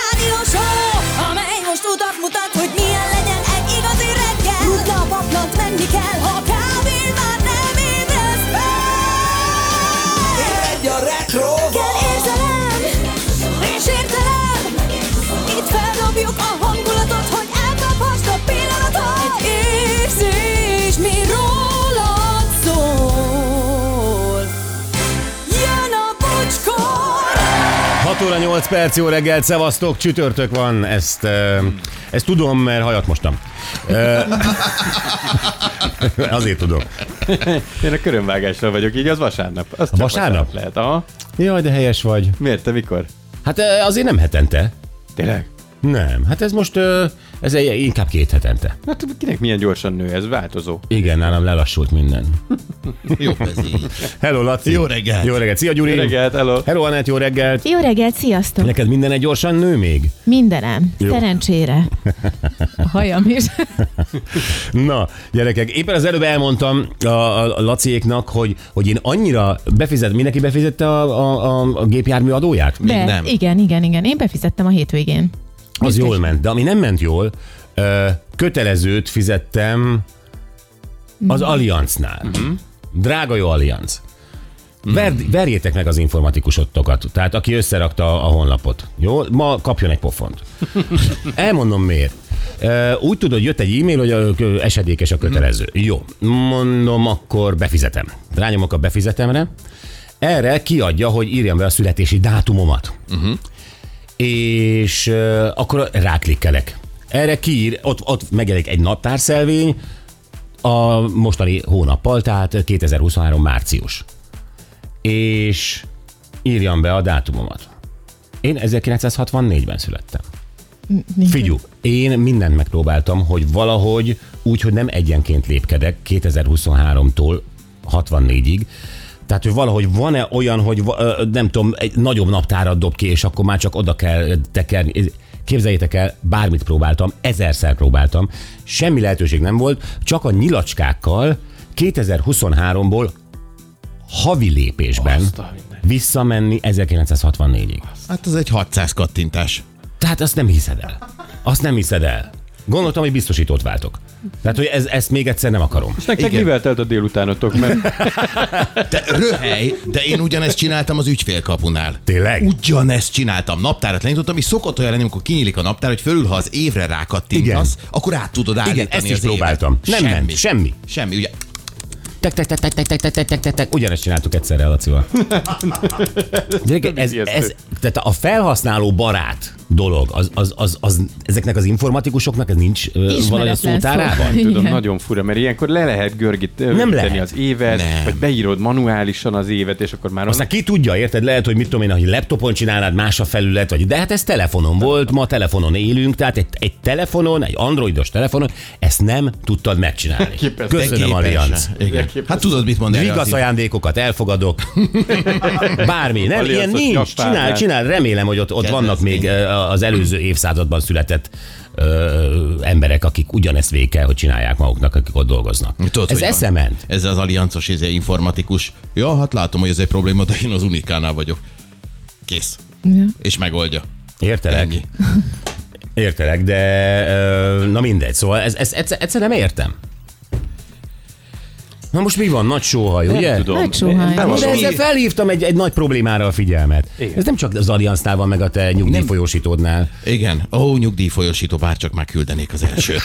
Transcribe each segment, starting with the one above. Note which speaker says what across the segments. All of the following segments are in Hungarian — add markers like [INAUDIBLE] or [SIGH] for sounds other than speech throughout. Speaker 1: rádió show, amely most utat mutat, hogy milyen legyen egy igazi reggel. Rutna a paplant, menni kell, ha kávén már nem ébresz fel.
Speaker 2: Egy a retro
Speaker 1: Kell érzelem, és értelem, itt feldobjuk a hangulatot, hogy elkaphast a pillanatot. Egy érzés, mi rólad szól. Jön a bocskor!
Speaker 3: 6 óra 8 perc, jó reggelt, szevasztok, csütörtök van, ezt, e, ezt tudom, mert hajat mostam. E, [LAUGHS] azért tudom.
Speaker 4: Én a körömvágásra vagyok, így az vasárnap. Az csak
Speaker 3: vasárnap?
Speaker 4: lehet. Aha.
Speaker 3: Jaj, de helyes vagy.
Speaker 4: Miért, te mikor?
Speaker 3: Hát e, azért nem hetente.
Speaker 4: Tényleg?
Speaker 3: Nem, hát ez most, e, ez egy- inkább két hetente.
Speaker 4: Hát kinek milyen gyorsan nő, ez változó.
Speaker 3: Igen, nálam lelassult minden.
Speaker 2: Jó, ez így.
Speaker 3: Hello, Laci.
Speaker 2: Jó reggelt.
Speaker 3: Jó reggelt. Szia, Gyuri.
Speaker 4: Jó reggelt, hello.
Speaker 3: Hello, Anett, jó reggelt.
Speaker 5: Jó reggelt, sziasztok!
Speaker 3: Neked minden egy gyorsan nő még?
Speaker 5: Mindenem,
Speaker 3: Jó.
Speaker 2: [LAUGHS]
Speaker 5: szerencsére. A hajam is.
Speaker 3: Na, gyerekek, éppen az előbb elmondtam a, a, a Laciéknak, hogy, hogy én annyira befizet, mindenki befizette a, a, a, a gépjármű adóját?
Speaker 5: De,
Speaker 2: nem.
Speaker 5: Igen, igen, igen. Én befizettem a hétvégén.
Speaker 3: Az
Speaker 5: Büszkes.
Speaker 3: jól ment, de ami nem ment jól, ö, kötelezőt fizettem az Allianznál. Drága jó Allianz. Verd, verjétek meg az informatikusotokat, tehát aki összerakta a honlapot. Jó? Ma kapjon egy pofont. Elmondom miért. Ö, Úgy tudod, jött egy e-mail, hogy ö, ö, esedékes a kötelező. Jó, mondom, akkor befizetem. Rányomok a befizetemre. Erre kiadja, hogy írjam be a születési dátumomat és uh, akkor ráklikkelek. Erre kiír, ott, ott megjelenik egy naptárszelvény a mostani hónappal, tehát 2023 március. És írjam be a dátumomat. Én 1964-ben születtem. Figyú, én mindent megpróbáltam, hogy valahogy úgy, hogy nem egyenként lépkedek 2023-tól 64-ig, tehát, hogy valahogy van-e olyan, hogy va- ö, nem tudom, egy nagyobb naptárat dob ki, és akkor már csak oda kell tekerni. Képzeljétek el, bármit próbáltam, ezerszer próbáltam, semmi lehetőség nem volt, csak a nyilacskákkal 2023-ból havi lépésben
Speaker 4: Azt a minden.
Speaker 3: visszamenni 1964-ig.
Speaker 2: Hát ez egy 600 kattintás.
Speaker 3: Tehát azt nem hiszed el. Azt nem hiszed el. Gondoltam, hogy biztosítót váltok. Tehát, hogy ez, ezt még egyszer nem akarom.
Speaker 4: És nektek
Speaker 2: Igen.
Speaker 4: mivel telt a délutánotok? Mert
Speaker 2: Te röhely, de én ugyanezt csináltam az ügyfélkapunál.
Speaker 3: Tényleg?
Speaker 2: Ugyanezt csináltam. Naptárat lenyitottam, és szokott olyan lenni, amikor kinyílik a naptár, hogy fölül, ha az évre rákattintasz, akkor át tudod állítani
Speaker 3: Igen, ezt
Speaker 2: az
Speaker 3: is
Speaker 2: évet.
Speaker 3: próbáltam. Nem
Speaker 2: semmi.
Speaker 3: ment, semmi.
Speaker 2: Semmi, ugye?
Speaker 3: Tek, tek, tek, tek, tek, tek, tek, tek, tek, tek, tek. Hát Ugyanezt csináltuk egyszerre a Lacival.
Speaker 4: [LAUGHS]
Speaker 3: Gyerekek, ez, ez,
Speaker 4: ijesztő.
Speaker 3: tehát a felhasználó barát dolog, az, az, az, az, ezeknek az informatikusoknak ez nincs ö, valahogy a
Speaker 5: Ismeretlen szó.
Speaker 3: szótárában?
Speaker 4: [LAUGHS] nem tudom,
Speaker 5: Igen.
Speaker 4: nagyon fura, mert ilyenkor le lehet görgít, nem
Speaker 3: lehet.
Speaker 4: az évet,
Speaker 2: Nem.
Speaker 4: vagy beírod manuálisan az évet, és akkor már
Speaker 3: Aztán ki tudja, érted? Lehet, hogy mit tudom én, hogy laptopon csinálnád, más a felület, vagy de hát ez telefonon volt, ma telefonon élünk, tehát egy, egy telefonon, egy androidos telefonon, ezt nem tudtad megcsinálni.
Speaker 4: Képes.
Speaker 2: De
Speaker 3: Köszönöm,
Speaker 2: képes.
Speaker 3: Allianz.
Speaker 2: Igen. Hát tudod, mit mondani?
Speaker 3: Vigasz
Speaker 2: Laci?
Speaker 3: ajándékokat elfogadok. Bármi, nem,
Speaker 4: Allianzot
Speaker 3: ilyen nincs.
Speaker 4: nyaktárnál.
Speaker 3: Csinál, csinál, remélem, hogy ott, ott
Speaker 2: Kedvezmény.
Speaker 3: vannak még ö, az előző évszázadban született ö, emberek, akik ugyanezt végig kell, hogy csinálják maguknak, akik ott dolgoznak.
Speaker 2: Tudod,
Speaker 3: Ez
Speaker 2: hogy van.
Speaker 3: eszement.
Speaker 2: Ez az aliancos izé, informatikus. Ja, hát látom, hogy ez egy probléma, de én az unikánál vagyok. Kész. És megoldja.
Speaker 3: Értelek?
Speaker 2: Ennyi.
Speaker 3: Értelek, de ö, na mindegy, szóval ez, ez egyszer, egyszer nem értem. Na most mi van? Nagy sóhaj,
Speaker 4: nem
Speaker 3: ugye?
Speaker 4: tudom.
Speaker 5: Nagy soha.
Speaker 4: Nem
Speaker 3: De
Speaker 4: tudom.
Speaker 3: ezzel felhívtam egy, egy nagy problémára a figyelmet. Igen. Ez nem csak az Alliansznál van, meg a te nyugdíjfolyósítódnál,
Speaker 2: Igen. Ó, nyugdíjfolyosító, bár csak már küldenék az
Speaker 3: [LAUGHS]
Speaker 2: elsőt.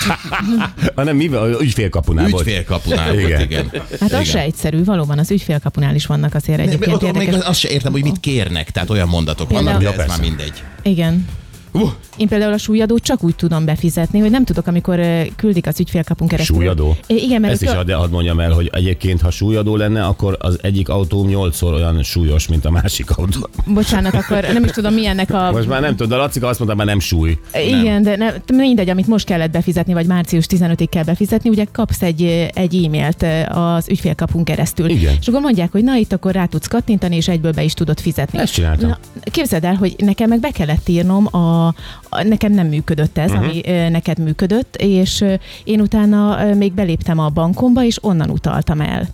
Speaker 3: hanem mi van? Ügyfélkapunál volt.
Speaker 2: Ügyfélkapunál
Speaker 3: Igen.
Speaker 2: volt, igen.
Speaker 5: Hát az
Speaker 2: Igen.
Speaker 5: se egyszerű, valóban az ügyfélkapunál is vannak azért
Speaker 2: Egyébként
Speaker 5: egyébként
Speaker 2: ott, ott még
Speaker 5: érdekes.
Speaker 2: azt se értem, hogy mit kérnek, tehát olyan mondatok vannak,
Speaker 5: Például-
Speaker 2: de ez már
Speaker 3: Ja, persze.
Speaker 2: mindegy.
Speaker 5: Igen.
Speaker 2: Uh,
Speaker 5: Én például a súlyadót csak úgy tudom befizetni, hogy nem tudok, amikor ö, küldik az ügyfélkapun keresztül.
Speaker 3: Súlyadó?
Speaker 5: É, igen, mert
Speaker 3: Ezt is
Speaker 5: ott-
Speaker 3: hadd, hadd mondjam el, hogy egyébként, ha súlyadó lenne, akkor az egyik autó nyolcszor olyan súlyos, mint a másik autó.
Speaker 5: Bocsánat, akkor nem is tudom, milyennek a...
Speaker 3: Most már nem tudod, a Lacika azt mondta, már nem súly.
Speaker 5: Igen, de nem, mindegy, amit most kellett befizetni, vagy március 15-ig kell befizetni, ugye kapsz egy, egy e-mailt eh, az ügyfélkapun keresztül.
Speaker 3: Igen.
Speaker 5: És akkor mondják, hogy na itt akkor rá tudsz kattintani, és egyből be is tudod fizetni.
Speaker 3: Ezt csináltam.
Speaker 5: Na, képzeld el, hogy nekem meg be kellett írnom, a, a nekem nem működött ez, uh-huh. ami
Speaker 3: Mhm.
Speaker 5: ö, neked eh, működött, és ö, én utána ö, még beléptem a bankomba, és onnan utaltam el.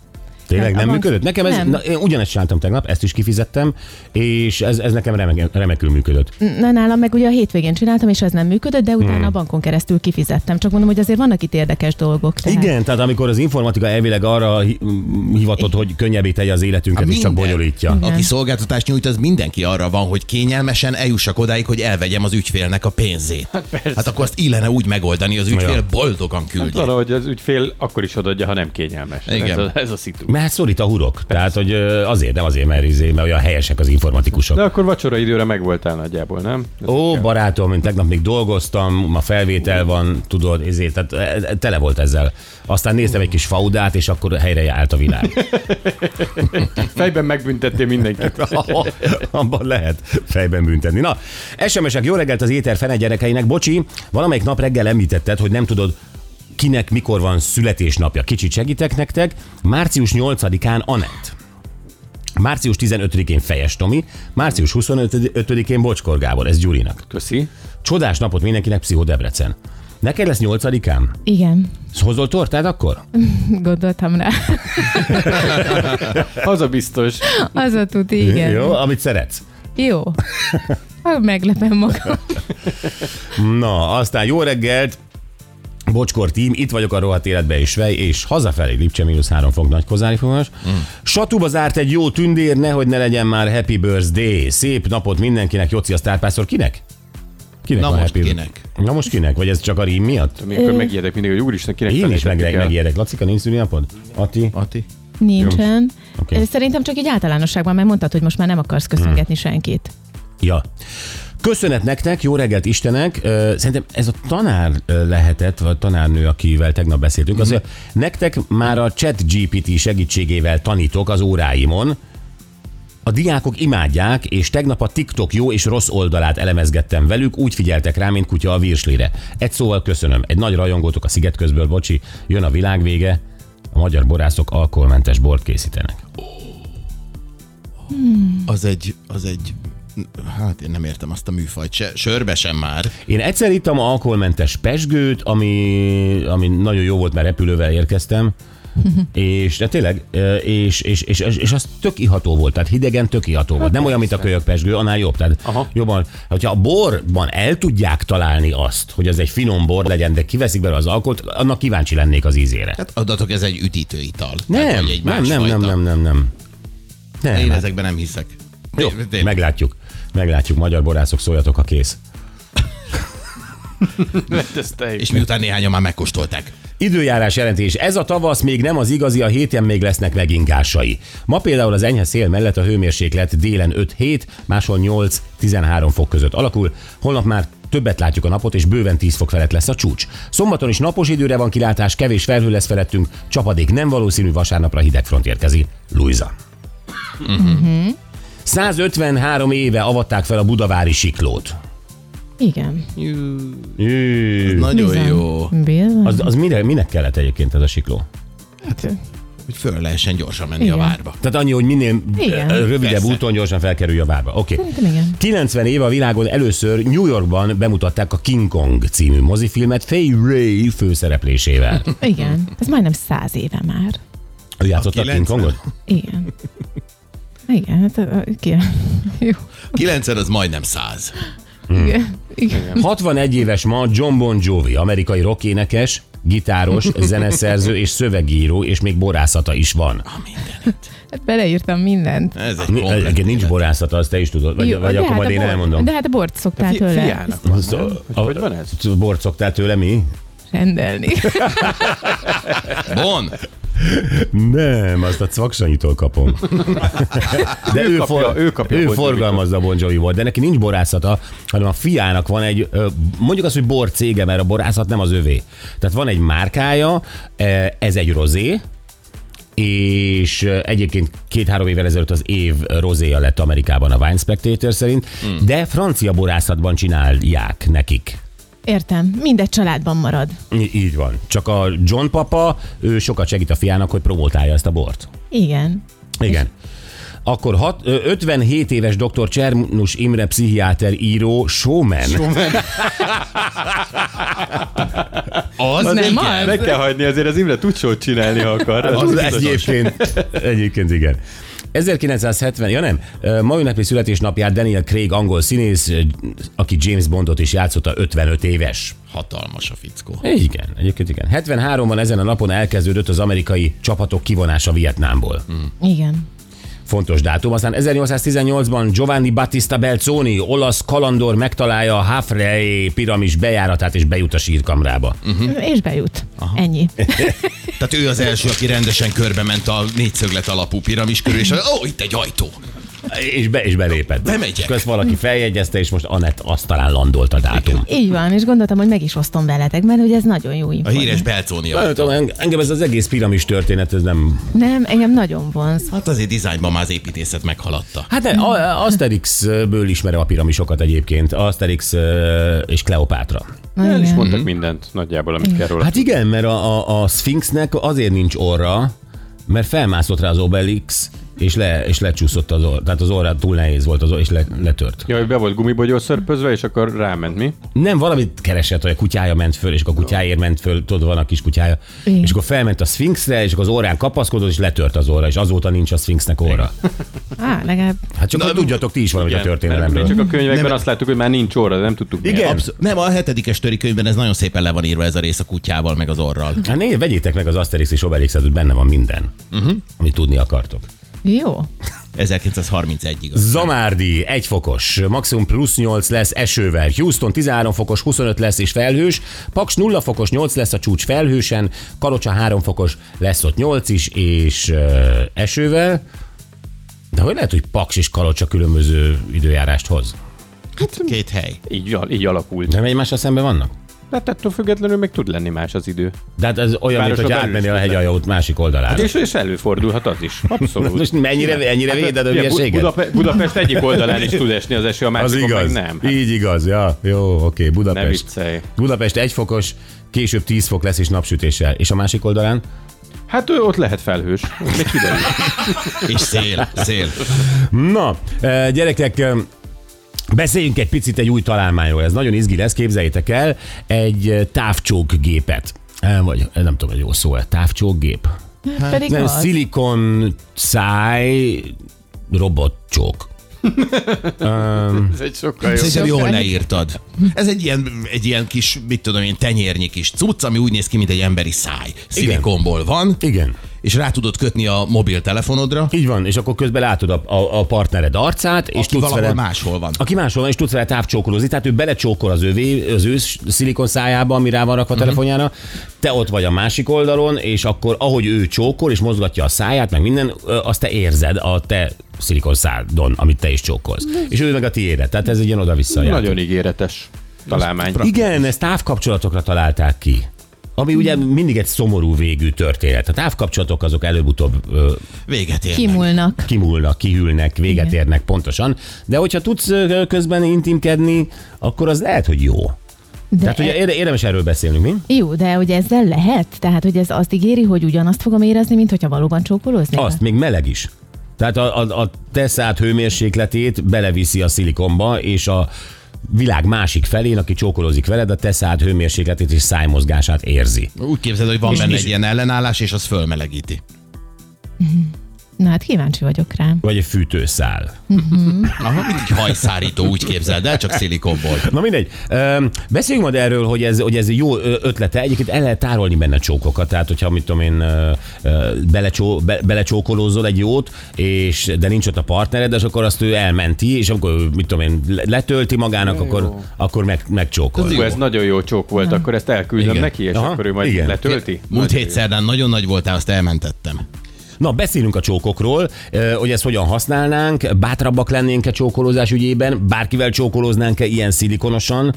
Speaker 3: Tényleg nem
Speaker 5: a bank-
Speaker 3: működött? Nekem ez,
Speaker 5: Nem.
Speaker 3: Na, én ugyanezt csináltam tegnap, ezt is kifizettem, és ez, ez nekem remek, remekül működött.
Speaker 5: Na, nálam meg ugye a hétvégén csináltam, és ez nem működött, de
Speaker 3: Mhm.
Speaker 5: utána a bankon keresztül kifizettem. Csak mondom, hogy azért vannak itt érdekes dolgok. Tehát.
Speaker 3: Igen, tehát amikor az informatika elvileg arra hi- m- hivatott, hogy könnyebbé tegye az életünket,
Speaker 2: Hát
Speaker 3: és csak
Speaker 2: minden.
Speaker 3: bonyolítja.
Speaker 2: Aki szolgáltatást nyújt, az mindenki arra van, hogy kényelmesen eljussak odáig, hogy elvegyem az ügyfélnek a pénzét. Hát,
Speaker 4: persze.
Speaker 2: hát akkor azt illene úgy megoldani, az ügyfél
Speaker 3: Ja. Hát
Speaker 2: boldogan küldje.
Speaker 4: Valahogy az ügyfél akkor is adja, ha nem kényelmes.
Speaker 2: Igen.
Speaker 4: Ez a, ez a szitu.
Speaker 3: Mert hát szorít a hurok. Tehát, hogy ö, azért, nem azért, mert, izé, mert olyan helyesek az
Speaker 4: De
Speaker 3: informatikusok.
Speaker 4: akkor vacsora időre megvoltál nagyjából, nem?
Speaker 3: Ó, barátom, én tegnap még dolgoztam, ma felvétel van, tudod, ezért, tehát e, tele volt ezzel. Aztán néztem egy kis faudát, és akkor helyre állt a világ.
Speaker 4: Fejben megbüntettél mindenkit.
Speaker 3: Abban lehet fejben büntetni. Na, SMS-ek, jó reggelt az éter fene gyerekeinek. Bocsi, valamelyik nap reggel említetted, hogy nem tudod, kinek mikor van születésnapja. Kicsit segítek nektek. Március 8-án Anett. Március 15-én Fejes Tomi, március 25-én Bocskor Gábor, ez Gyurinak.
Speaker 4: Köszi.
Speaker 3: Csodás napot mindenkinek, Pszichó Debrecen. Neked lesz 8-án?
Speaker 5: Igen,
Speaker 3: Hozol tortát akkor?
Speaker 5: gondoltam [LAUGHS] rá.
Speaker 4: Az a biztos.
Speaker 5: Az a tud, igen.
Speaker 3: Jó, amit szeretsz.
Speaker 5: Jó. Ha Meglepem magam.
Speaker 3: [LAUGHS] Na, aztán jó reggelt, Bocskor tím, itt vagyok a rohadt életbe és fej, és hazafelé Lipcse mínusz 3 fok nagy kozári fogas. Mm. Satuba zárt egy jó tündér, nehogy ne legyen már Happy Birthday. Szép napot mindenkinek, Jóci a sztárpásztor. Kinek? Kinek
Speaker 2: Na
Speaker 3: van
Speaker 2: most
Speaker 3: happy
Speaker 2: kinek?
Speaker 3: Na most kinek? Vagy ez csak a rím miatt?
Speaker 4: Amikor megijedek mindig, hogy úristen, kinek
Speaker 3: Én is meg,
Speaker 4: felejtették el.
Speaker 3: megijedek. Lacika, nincs szülinapod? Ati?
Speaker 2: Ati?
Speaker 5: Nincsen.
Speaker 3: Oké.
Speaker 5: Okay. Szerintem csak így általánosságban, mert mondtad, hogy most már nem akarsz köszöngetni
Speaker 3: Hm.
Speaker 5: senkit.
Speaker 3: Ja. Köszönet nektek, jó reggelt Istenek. Ö, Szerintem ez a tanár ö, lehetett, vagy tanárnő, akivel tegnap beszéltünk, az, hogy nektek már a chat GPT segítségével tanítok az óráimon. A diákok imádják, és tegnap a TikTok jó és rossz oldalát elemezgettem velük, úgy figyeltek rá, mint kutya a virslére. Egy szóval köszönöm. Egy nagy rajongótok a sziget közből, bocsi, jön a világ vége, a magyar borászok alkoholmentes bort készítenek.
Speaker 2: Az egy, az egy, hát én nem értem azt a műfajt se, sörbe sem már.
Speaker 3: Én egyszer ittam alkoholmentes pesgőt, ami, ami nagyon jó volt, mert repülővel érkeztem, és de tényleg, ö, és, és, és, és, és az tök iható volt, tehát hidegen tök iható
Speaker 2: Hát
Speaker 3: volt. Nem olyan, mint a kölyök pesgő, annál jobb. Tehát Aha. jobban, hogyha a borban el tudják találni azt, hogy ez egy finom bor legyen, de kiveszik belőle az alkoholt, annak kíváncsi lennék az ízére.
Speaker 2: Hát adatok, ez egy ütítőital. Tehát,
Speaker 3: Nem,
Speaker 2: hogy egy
Speaker 3: nem, nem,
Speaker 2: másfajta.
Speaker 3: nem, nem, nem, nem. Nem,
Speaker 2: Én
Speaker 3: hát
Speaker 2: ezekben nem hiszek.
Speaker 3: jó,
Speaker 2: Én- én-
Speaker 3: meglátjuk. Meglátjuk, magyar borászok, szóljatok, ha kész.
Speaker 4: Ez te-
Speaker 2: És miután néhányan már megkóstolták.
Speaker 3: Időjárás jelentés. Ez a tavasz még nem az igazi, a héten még lesznek megingásai. Ma például az enyhe szél mellett a hőmérséklet délen 5-7, máshol 8-13 fok között alakul. Holnap már többet látjuk a napot, és bőven 10 fok felett lesz a csúcs. Szombaton is napos időre van kilátás, kevés felhő lesz felettünk, csapadék nem valószínű, vasárnapra hideg front érkezik. Luisa. 153 éve avatták fel a budavári siklót.
Speaker 5: Igen.
Speaker 3: Jű.
Speaker 2: Nagyon
Speaker 5: Bizony.
Speaker 2: jó,
Speaker 5: Bizony.
Speaker 3: Az, az mire, minek kellett egyébként ez a sikló?
Speaker 2: hogy föl lehessen gyorsan menni
Speaker 5: Igen.
Speaker 2: a várba.
Speaker 3: Tehát annyi, hogy minél
Speaker 5: Igen.
Speaker 3: ö, rövidebb
Speaker 2: Persze.
Speaker 3: úton gyorsan felkerülj a várba. Oké.
Speaker 5: Szerintem igen.
Speaker 3: 90 éve a világon először New Yorkban bemutatták a King Kong című mozifilmet Fay Ray főszereplésével.
Speaker 5: Igen. Ez majdnem száz éve már.
Speaker 3: Ő játszotta a, King
Speaker 2: 90?
Speaker 3: Kongot? [LAUGHS]
Speaker 5: Igen. Igen, [LAUGHS] hát ö, ö, ki? Jó.
Speaker 2: 90 az majdnem 100.
Speaker 3: Hm.
Speaker 5: Igen. Igen.
Speaker 3: 61 éves ma John Bon Jovi, amerikai rockénekes, gitáros, zeneszerző és szövegíró, és még borászata is van.
Speaker 2: A mindenit.
Speaker 5: Hát beleírtam mindent.
Speaker 2: Ez egy
Speaker 3: Ni-
Speaker 2: komplet
Speaker 3: Egyébként nincs
Speaker 2: élet.
Speaker 3: borászata, azt te is tudod, vagy,
Speaker 5: Jó,
Speaker 3: vagy
Speaker 5: de
Speaker 3: akkor
Speaker 5: hát
Speaker 3: majd
Speaker 5: a
Speaker 3: én
Speaker 5: bort-
Speaker 3: elmondom.
Speaker 5: De hát a bort szoktál
Speaker 4: Fi-
Speaker 5: tőle
Speaker 4: Fiának van,
Speaker 3: Azt,
Speaker 4: nem? Hogy, hogy van ez?
Speaker 3: Bort szoktál tőle mi?
Speaker 5: rendelni.
Speaker 2: Bon!
Speaker 3: Nem, azt a cvaksanyitól [LAUGHS] kapom. De ő,
Speaker 4: kapja-
Speaker 3: for,
Speaker 4: ő kapja
Speaker 3: ő
Speaker 4: Bon Jovi-t.
Speaker 3: forgalmazza a Bon Jovi volt, de neki nincs borászata, hanem a fiának van egy, ö, mondjuk azt, hogy bor cége, mert a borászat nem az övé. Tehát van egy márkája, ö, ez egy rozé, és ö, egyébként két-három évvel ezelőtt az év rozéja lett Amerikában a Wine Spectator szerint, de francia borászatban csinálják nekik.
Speaker 5: Értem, mindegy családban marad.
Speaker 3: Í- Így van. Csak a John papa, ő sokat segít a fiának, hogy promotálja ezt a bort.
Speaker 5: Igen.
Speaker 3: Igen. Akkor hat, ö, 57 éves dr. Csernus Imre pszichiáter író, showman.
Speaker 2: Az, az
Speaker 5: nem
Speaker 2: igen.
Speaker 5: az?
Speaker 4: Meg kell hagyni, azért az Imre tud sót csinálni, ha akar. Hát Ez
Speaker 3: Az
Speaker 4: biztos.
Speaker 3: egyébként, egyébként igen. 1970, ja nem, ö, ma ünnepi születésnapját Daniel Craig angol színész, ö, aki James Bondot is játszotta 55 éves.
Speaker 2: Hatalmas a fickó.
Speaker 3: Igen, egyébként igen. 73-ban ezen a napon elkezdődött az amerikai csapatok kivonása Vietnámból.
Speaker 5: Igen.
Speaker 3: Fontos dátum. Aztán 1818-ban Giovanni Battista Belzoni, olasz kalandor megtalálja a Hafrei piramis bejáratát és bejut a sírkamrába.
Speaker 5: És bejut.
Speaker 3: [LAUGHS]
Speaker 5: Ennyi.
Speaker 2: Tehát ő az első, aki rendesen körbe ment a négyszöglet alapú piramis körül, és ó, itt egy ajtó.
Speaker 3: És, be, és belépett.
Speaker 2: Bemegyek.
Speaker 3: Közt valaki feljegyezte, és most Anett azt talán landolt a dátum.
Speaker 5: Így van, és gondoltam, hogy meg is osztom veletek, mert hogy ez nagyon jó
Speaker 2: A
Speaker 5: info.
Speaker 2: híres Belcónia.
Speaker 3: Nem tudom, eng- engem ez az egész piramis történet, ez nem...
Speaker 5: Nem, engem nagyon vonz.
Speaker 2: Hát azért dizájnban már az építészet meghaladta.
Speaker 3: Hát ne, a- Asterixből ismerem a piramisokat egyébként, Asterix ö, és Kleopátra.
Speaker 5: Na,
Speaker 4: El is
Speaker 5: igen.
Speaker 4: mondtak mindent nagyjából, amit kell róla.
Speaker 3: Hát igen, mert a, a, a Sphinxnek azért nincs orra, mert felmászott rá az Obelix, és, le, és lecsúszott az orra. Tehát az orra túl nehéz volt, az orra, és le, letört.
Speaker 4: Jaj, be volt gumibogyó szörpözve, és akkor ráment mi?
Speaker 3: Nem, valamit keresett, hogy a kutyája ment föl, és akkor a kutyáért ment föl, tudod, van a kis kutyája.
Speaker 5: Igen.
Speaker 3: És akkor felment a Sphinxre, és akkor az orrán kapaszkodott, és letört az orra, és azóta nincs a Sphinxnek orra.
Speaker 5: Á, legalább
Speaker 3: Hát csak Na, tudjatok ti is valamit a
Speaker 4: mert
Speaker 3: történelemről.
Speaker 4: mi Csak a könyvekben
Speaker 2: Nem.
Speaker 4: azt láttuk, hogy már nincs óra, de nem tudtuk miért.
Speaker 2: Abszol- nem, a hetedikes töri könyvben ez nagyon szépen le van írva ez a rész a kutyával, meg az orral.
Speaker 3: Hát né, vegyétek meg az Asterix és Obelixet, hogy benne van minden, uh-huh. amit tudni akartok.
Speaker 5: jó.
Speaker 2: 1931-ig.
Speaker 3: Zamárdi, egy fokos, maximum plusz 8 lesz esővel. Houston 13 fokos, 25 lesz és felhős. Paks 0 fokos, 8 lesz a csúcs felhősen. Karocsa 3 fokos, lesz ott 8 is és ö, esővel. De hogy lehet, hogy Paks és Karocsa különböző időjárást hoz?
Speaker 2: Két hely.
Speaker 4: Így, al- így alakult.
Speaker 3: Nem egymással szemben vannak?
Speaker 4: Hát ettől függetlenül még tud lenni más az idő.
Speaker 3: De hát ez olyan, mint
Speaker 4: Városra
Speaker 3: hogy
Speaker 4: belül is Hát
Speaker 3: átmennél a
Speaker 4: tud
Speaker 3: hegyalja másik oldalára.
Speaker 4: És, és előfordulhat az is. Abszolút.
Speaker 3: Most mennyire, ennyire véded a
Speaker 4: Hát Ugye, Bu-
Speaker 3: hülyeséget?
Speaker 4: Budape- Budapest egyik oldalán is tud esni az eső, a
Speaker 3: Az
Speaker 4: másikon meg
Speaker 3: igaz.
Speaker 4: nem. Hát,
Speaker 3: Így igaz, ja. Jó, oké,
Speaker 4: ne
Speaker 3: Budapest.
Speaker 4: viccelj.
Speaker 3: Budapest egyfokos, később 10 fok lesz és napsütéssel. És a másik oldalán?
Speaker 4: Hát ő ott lehet felhős. Még kiderül.
Speaker 2: És szél, szél.
Speaker 3: Na, eh, gyerekek, eh, beszéljünk egy picit egy új találmányról. Ez nagyon izgi lesz, képzeljétek el, egy eh, távcsókgépet. Eh, Vagy eh, nem tudom, hogy jó szó-e, távcsókgép?
Speaker 5: Pedig
Speaker 3: Hát, Nem,
Speaker 5: az.
Speaker 3: szilikon száj robotcsók.
Speaker 4: Ez egy sokkal jobb.
Speaker 2: Szerintem jól leírtad. Ez egy ilyen, egy ilyen kis, mit tudom én, tenyérnyi kis cucc, ami úgy néz ki, mint egy emberi száj. Szilikonból van,
Speaker 3: Igen.
Speaker 2: és rá tudod kötni a mobiltelefonodra,
Speaker 3: Így van, és akkor közben látod a, a, a partnered arcát, és
Speaker 2: aki
Speaker 3: tudsz
Speaker 2: valahol
Speaker 3: vele...
Speaker 2: máshol van.
Speaker 3: Aki máshol van, és tudsz vele távcsókolózni, tehát ő belecsókol az ő, az ő szilikon szájába, ami rá van rakva uh-huh. telefonjára, te ott vagy a másik oldalon, és akkor ahogy ő csókol, és mozgatja a száját, meg minden, ö, azt te érzed a te szilikon szádon, amit te is csókolsz. És ő meg a tiédet, tehát ez egy ilyen oda-vissza játék.
Speaker 4: Nagyon ígéretes találmány.
Speaker 3: Igen, ezt távkapcsolatokra találták ki. Ami ugye mindig egy szomorú végű történet. A távkapcsolatok azok előbb-utóbb ö,
Speaker 2: Véget ér.
Speaker 5: Kimulnak.
Speaker 3: kimúlnak, kihűlnek, véget Igen. érnek pontosan. De hogyha tudsz ö, közben intimkedni, akkor az lehet, hogy jó.
Speaker 5: De e-
Speaker 3: Tehát ugye érde- érdemes erről beszélnünk, mi?
Speaker 5: Jó, de hogy ezzel lehet? Tehát, hogy ez azt ígéri, hogy ugyanazt fogom érezni, mint hogyha valóban csókolózni?
Speaker 3: Azt, még meleg is. Tehát a, a, a te szád hőmérsékletét beleviszi a szilikonba, és a világ másik felén, aki csókolózik veled, a te szád hőmérsékletét és szájmozgását érzi.
Speaker 2: Úgy képzeld, hogy van benne
Speaker 3: és-
Speaker 2: egy ilyen ellenállás, és az fölmelegíti.
Speaker 5: Na hát kíváncsi vagyok rá.
Speaker 3: Vagy egy fűtőszál.
Speaker 2: Aha, mint egy hajszárító, úgy képzeld el, csak szilikonból.
Speaker 3: Na mindegy. Öm, beszéljünk majd erről, hogy ez, hogy ez egy jó ö, ötlete. Egyébként el lehet tárolni benne csókokat. Tehát, hogyha mit tudom én, ö, ö, belecsó, be, belecsókolózol egy jót, és, de nincs ott a partnered, és akkor azt ő elmenti, és amikor ő, mit tudom én, le- letölti magának, akkor, akkor meg, megcsókol.
Speaker 4: Ú, ez nagyon jó csók volt, akkor ezt elküldöm
Speaker 2: Igen.
Speaker 4: neki, és
Speaker 3: Aha,
Speaker 4: akkor ő majd
Speaker 3: igen.
Speaker 4: letölti.
Speaker 2: Múlt
Speaker 4: Nagyon jó.
Speaker 2: hét szerdán nagyon nagy voltál, azt elmentettem.
Speaker 3: Na, beszélünk a csókokról, ö, hogy ezt hogyan használnánk, bátrabbak lennénk-e csókolózás ügyében, bárkivel csókolóznánk-e ilyen szilikonosan,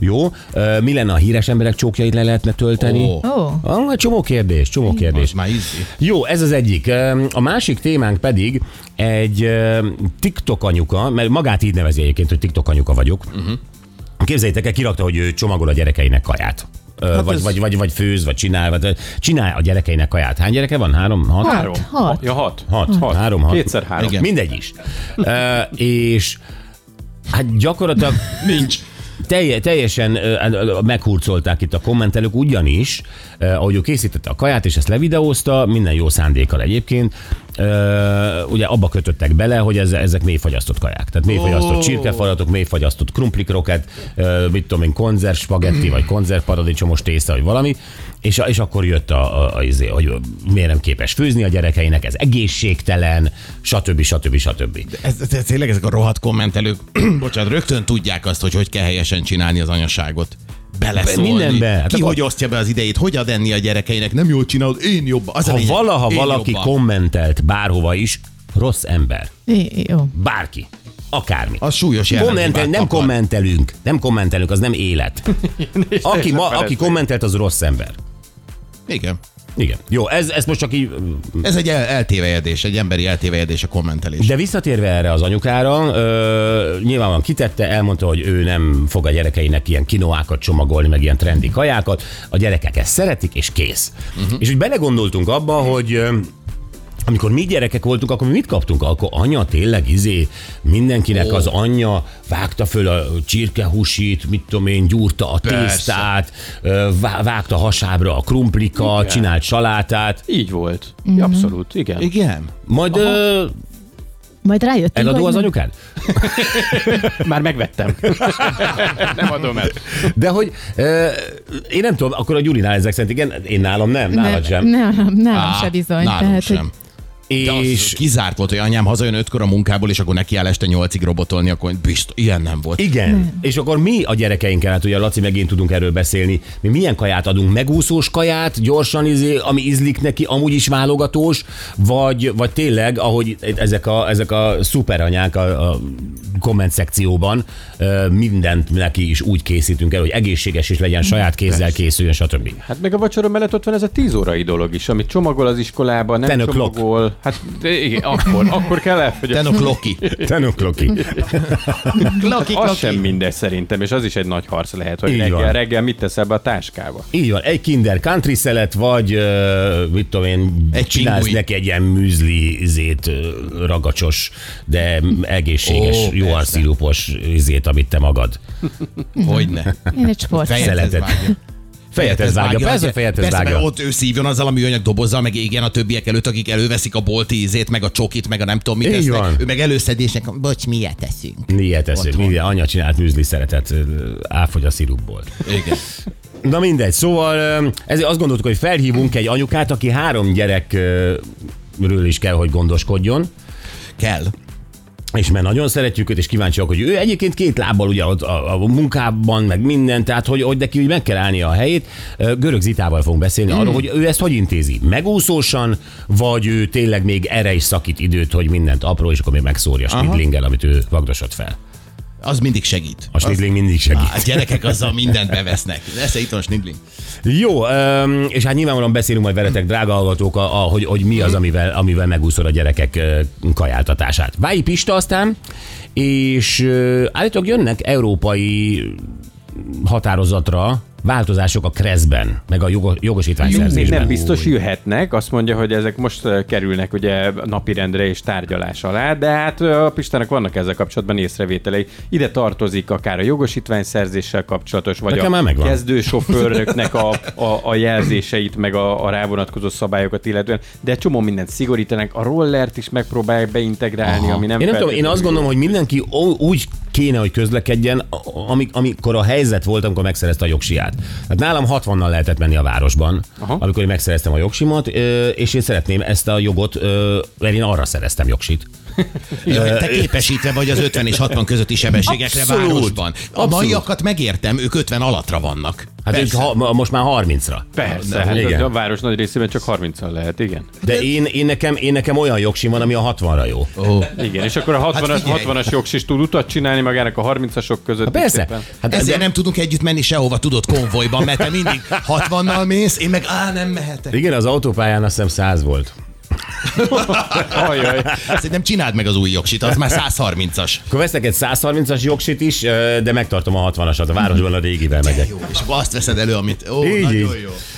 Speaker 3: jó? Ö, Mi lenne a híres emberek csókjait le lehetne tölteni?
Speaker 2: Ó.
Speaker 5: Ó, oh,
Speaker 3: Ah, Csomó kérdés, csomó
Speaker 2: És
Speaker 3: kérdés.
Speaker 2: már izzi.
Speaker 3: Jó, ez az egyik. Öm, A másik témánk pedig egy öm, TikTok anyuka, mert magát így
Speaker 4: Mhm.
Speaker 3: nevezi egyébként, hogy TikTok anyuka vagyok. Uh-huh. Képzeljétek el, kirakta, hogy ő csomagol a gyerekeinek kaját. hát vagy,
Speaker 2: ez-
Speaker 3: ez... vagy, vagy, vagy főz, vagy csinál, vagy csinál a gyerekeinek kaját. Hány gyereke van? Három? Hat?
Speaker 5: Hat.
Speaker 4: Három.
Speaker 5: hat.
Speaker 4: Ja, hat.
Speaker 3: Hat.
Speaker 4: hat.
Speaker 3: Három, hat.
Speaker 4: Kétszer három.
Speaker 2: Igen.
Speaker 3: Mindegy is. Ö, és hát gyakorlatilag nincs. Telje, teljesen ö, hát, ö, meghurcolták itt a kommentelők, ugyanis, ö, ahogy ő készítette a kaját, és ezt levideózta, minden jó szándékkal egyébként, ö, ugye abba kötöttek bele, hogy ez, ezek mélyfagyasztott kaják. Tehát mélyfagyasztott oh. csirkefalatok, mélyfagyasztott krumplikroket, ö, mit tudom én, konzerv spagetti, vagy konzerv paradicsomos tészta, vagy valami, és, és akkor jött a, a, a izé, hogy miért nem képes főzni a gyerekeinek, ez egészségtelen, stb. stb. stb.
Speaker 2: Ez, ez, ez tényleg ezek a rohadt kommentelők, [CLEARS THROAT] bocsánat, rögtön tudják azt, hogy hogy kell helyesen csinálni az anyaságot. Beleszólni.
Speaker 3: Mindenbe. Hát
Speaker 2: Ki
Speaker 3: akkor-
Speaker 2: hogy osztja be az idejét, hogy ad enni a gyerekeinek, nem jól csinálod, én jobb. Az a
Speaker 3: ha
Speaker 2: lényeg,
Speaker 3: valaha
Speaker 2: én
Speaker 3: valaki
Speaker 2: jobban.
Speaker 3: kommentelt bárhova is, rossz ember,
Speaker 5: I- Jó.
Speaker 3: bárki, akármi.
Speaker 2: Az súlyos
Speaker 3: Kommentel, nem
Speaker 2: akar.
Speaker 3: kommentelünk, nem kommentelünk, az nem élet. Aki, ma, aki kommentelt, az rossz ember.
Speaker 2: Igen.
Speaker 3: Igen. Jó, ez, ez most csak így...
Speaker 2: Ez egy el- eltévejedés, egy emberi eltévejedés a kommentelés.
Speaker 3: De visszatérve erre az anyukára, ö, nyilvánvalóan kitette, elmondta, hogy ő nem fog a gyerekeinek ilyen kinoákat csomagolni, meg ilyen trendi kajákat. A gyerekek ezt szeretik, és kész. Uh-huh. És úgy belegondoltunk abba, hogy... Ö, amikor mi gyerekek voltunk, akkor mi mit kaptunk? Akkor anya tényleg izé, mindenkinek oh. az anyja vágta föl a csirkehúsit, mit tudom én, gyúrta a
Speaker 2: Persze.
Speaker 3: tésztát, ö, vá- vágta hasábra a krumplika, Igen. csinált salátát,
Speaker 4: Így volt. Mm-hmm. Abszolút, igen. igen.
Speaker 2: Igen.
Speaker 3: majd ö,
Speaker 5: Majd rájöttünk,
Speaker 3: eladó az
Speaker 5: hogy nem.
Speaker 3: anyukád?
Speaker 4: Már megvettem. nem adom el.
Speaker 3: De hogy ö, én nem tudom, akkor a Gyurinál ezek szerint igen, én nálam nem, nálad sem.
Speaker 5: Nem, nem, nálam
Speaker 2: Á,
Speaker 5: se bizony.
Speaker 2: Nálunk
Speaker 5: tehát,
Speaker 2: sem.
Speaker 5: Hogy
Speaker 2: És
Speaker 3: És
Speaker 2: kizárt volt, hogy anyám hazajön ötkor a munkából, és akkor neki áll este nyolcig robotolni, akkor biztos, ilyen nem volt.
Speaker 3: igen, nem. és akkor mi a gyerekeinkkel, hát ugye Laci meg én tudunk erről beszélni, mi milyen kaját adunk, megúszós kaját, gyorsan izé, ami ízlik neki, amúgy is válogatós, vagy, vagy tényleg, ahogy ezek a, ezek a szuperanyák a, a komment szekcióban ö, mindent neki is úgy készítünk el, hogy egészséges is legyen, saját kézzel készüljön, stb.
Speaker 4: Hát meg a vacsora mellett ott van ez a tíz órai dolog is, amit csomagol az iskolába, nem
Speaker 3: Ten o'clock.
Speaker 4: csomagol. Hát de igen, akkor, akkor kell elfogyasztani.
Speaker 2: Ten a
Speaker 3: [LAUGHS]
Speaker 2: Loki.
Speaker 3: Tenokloki.
Speaker 2: Loki,
Speaker 4: Az sem mindegy szerintem, és az is egy nagy harc lehet, hogy
Speaker 3: Így
Speaker 4: reggel,
Speaker 3: van.
Speaker 4: reggel mit teszel be a táskába.
Speaker 3: Így van, egy kinder country szelet, vagy ö, mit tudom én,
Speaker 2: Egy
Speaker 3: egy csinálsz
Speaker 2: pingui.
Speaker 3: neki egy ilyen műzli izét, ö, ragacsos, de egészséges,
Speaker 2: Ó,
Speaker 3: oh, jó
Speaker 2: persze.
Speaker 3: arszirupos izét, amit te magad.
Speaker 2: Hogyne.
Speaker 5: Én egy sport.
Speaker 2: Fejethez
Speaker 3: Szeletet.
Speaker 2: vágja.
Speaker 3: Fejethez vágja, persze fejethez
Speaker 2: persze,
Speaker 3: vágja.
Speaker 2: mert ott ő szívjon azzal a műanyag dobozzal, meg igen a többiek előtt, akik előveszik a bolti ízét, meg a csokit, meg a nem tudom mit
Speaker 3: Így
Speaker 2: esznek.
Speaker 3: van.
Speaker 2: Ő meg előszedésnek, bocs, miért teszünk?
Speaker 3: Ilyet eszünk,
Speaker 2: Otthon.
Speaker 3: mindjárt anya csinált műzli szeretet, ö, áfogy a szirupból.
Speaker 2: Igen.
Speaker 3: Na mindegy, szóval ö, ezért azt gondoltuk, hogy felhívunk egy anyukát, aki három gyerekről is kell, hogy gondoskodjon.
Speaker 2: Kell.
Speaker 3: és mert nagyon szeretjük őt, és kíváncsiak, hogy ő egyébként két lábbal ugye ott a, a munkában, meg minden, tehát hogy, hogy neki úgy meg kell állnia a helyét. Ö, Görög Zitával fogunk beszélni mm. arról, hogy ő ezt hogy intézi. Megúszósan, vagy ő tényleg még erre is szakít időt, hogy mindent apró, és akkor még megszórja a Snidlinggel, amit ő vagdosott fel.
Speaker 2: Az mindig segít.
Speaker 3: A Snidling mindig segít.
Speaker 2: A gyerekek azzal mindent bevesznek. Lesz itt van snidling.
Speaker 3: Jó, öm, és hát nyilvánvalóan beszélünk majd veletek, drága hallgatók, a, a, hogy, hogy mi
Speaker 4: Mhm.
Speaker 3: az, amivel, amivel megúszol a gyerekek ö, kajáltatását. Vái Pista aztán, és ö, állítólag jönnek európai határozatra változások a kreszben, meg a jogo-
Speaker 4: Még
Speaker 3: jogosítványszerzésben.
Speaker 4: nem biztos jöhetnek, azt mondja, hogy ezek most eh, kerülnek ugye napirendre és tárgyalás alá, de hát eh, a Pistának vannak ezzel kapcsolatban észrevételei. Ide tartozik akár a jogosítványszerzéssel kapcsolatos, vagy
Speaker 3: Nekem már
Speaker 4: a
Speaker 3: megvan.
Speaker 4: kezdő sofőröknek a, a, a jelzéseit, meg a, a rávonatkozó szabályokat illetően, de egy csomó mindent szigorítanak, a rollert is megpróbálják beintegrálni, Aha. ami nem
Speaker 3: Én nem tudom, én
Speaker 4: feltétlenül
Speaker 3: azt
Speaker 4: jó.
Speaker 3: gondolom, hogy mindenki ó- úgy kéne, hogy közlekedjen, a- ami- amikor a helyzet volt, amikor megszerezte a jogsiát. Hát nálam 60-nal lehetett menni a városban, Aha.
Speaker 4: Aha.
Speaker 3: amikor én megszereztem a jogsimat, ö, és én szeretném ezt a jogot, ö, mert én arra szereztem jogsit.
Speaker 2: Jaj, te képesítve vagy az 50 és 60 közötti sebességekre
Speaker 3: Abszolút.
Speaker 2: városban. A
Speaker 3: Abszolút.
Speaker 2: maiakat megértem, ők 50 alatra vannak.
Speaker 3: Hát ők ha, ma- most már 30-ra.
Speaker 4: Persze,
Speaker 3: Na,
Speaker 4: hát
Speaker 3: igen.
Speaker 4: a város nagy részében csak 30-al lehet, igen.
Speaker 3: De én, én, nekem, én nekem olyan jogsim van, ami a 60-ra jó.
Speaker 2: Ó,
Speaker 4: Igen, és akkor a 60-as,
Speaker 2: Hát figyelj.
Speaker 4: 60-as jogs is tud utat csinálni magának a 30-asok között.
Speaker 3: Persze.
Speaker 4: is szépen.
Speaker 3: Hát
Speaker 2: Ezért nem tudunk együtt menni sehova, tudod, konvojban, mert te mindig 60-nal mész, én meg á, nem mehetek.
Speaker 3: Igen, az autópályán azt hiszem 100 volt.
Speaker 4: Ajaj.
Speaker 2: Szerintem Hát, csináld meg az új jogsit, az már 130-as.
Speaker 3: Akkor veszek egy 130-as jogsit is, ö, de megtartom a 60-asat. A városban a régivel megyek.
Speaker 2: Jó, és akkor azt veszed elő, amit... Ó, így, nagyon jó.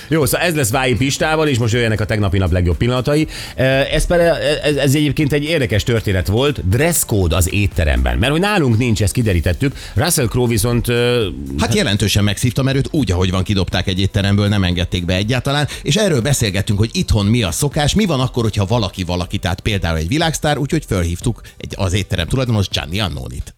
Speaker 3: Jó, szóval ez lesz Vályi Pistával, és most jöjjenek a tegnapi nap legjobb pillanatai. E, Ez, pere- ez, ez egyébként egy érdekes történet volt, dresscode az étteremben. Mert hogy nálunk nincs, ezt kiderítettük. Russell Crowe viszont eh, ö,
Speaker 2: Hát jelentősen megszívta, mert őt úgy, ahogy van, kidobták egy étteremből, nem engedték be egyáltalán, és erről beszélgettünk, hogy itthon mi a szokás, mi van akkor, hogyha valaki valaki, tehát például egy világsztár, úgyhogy fölhívtuk egy, az étterem tulajdonos Gianni Annonit.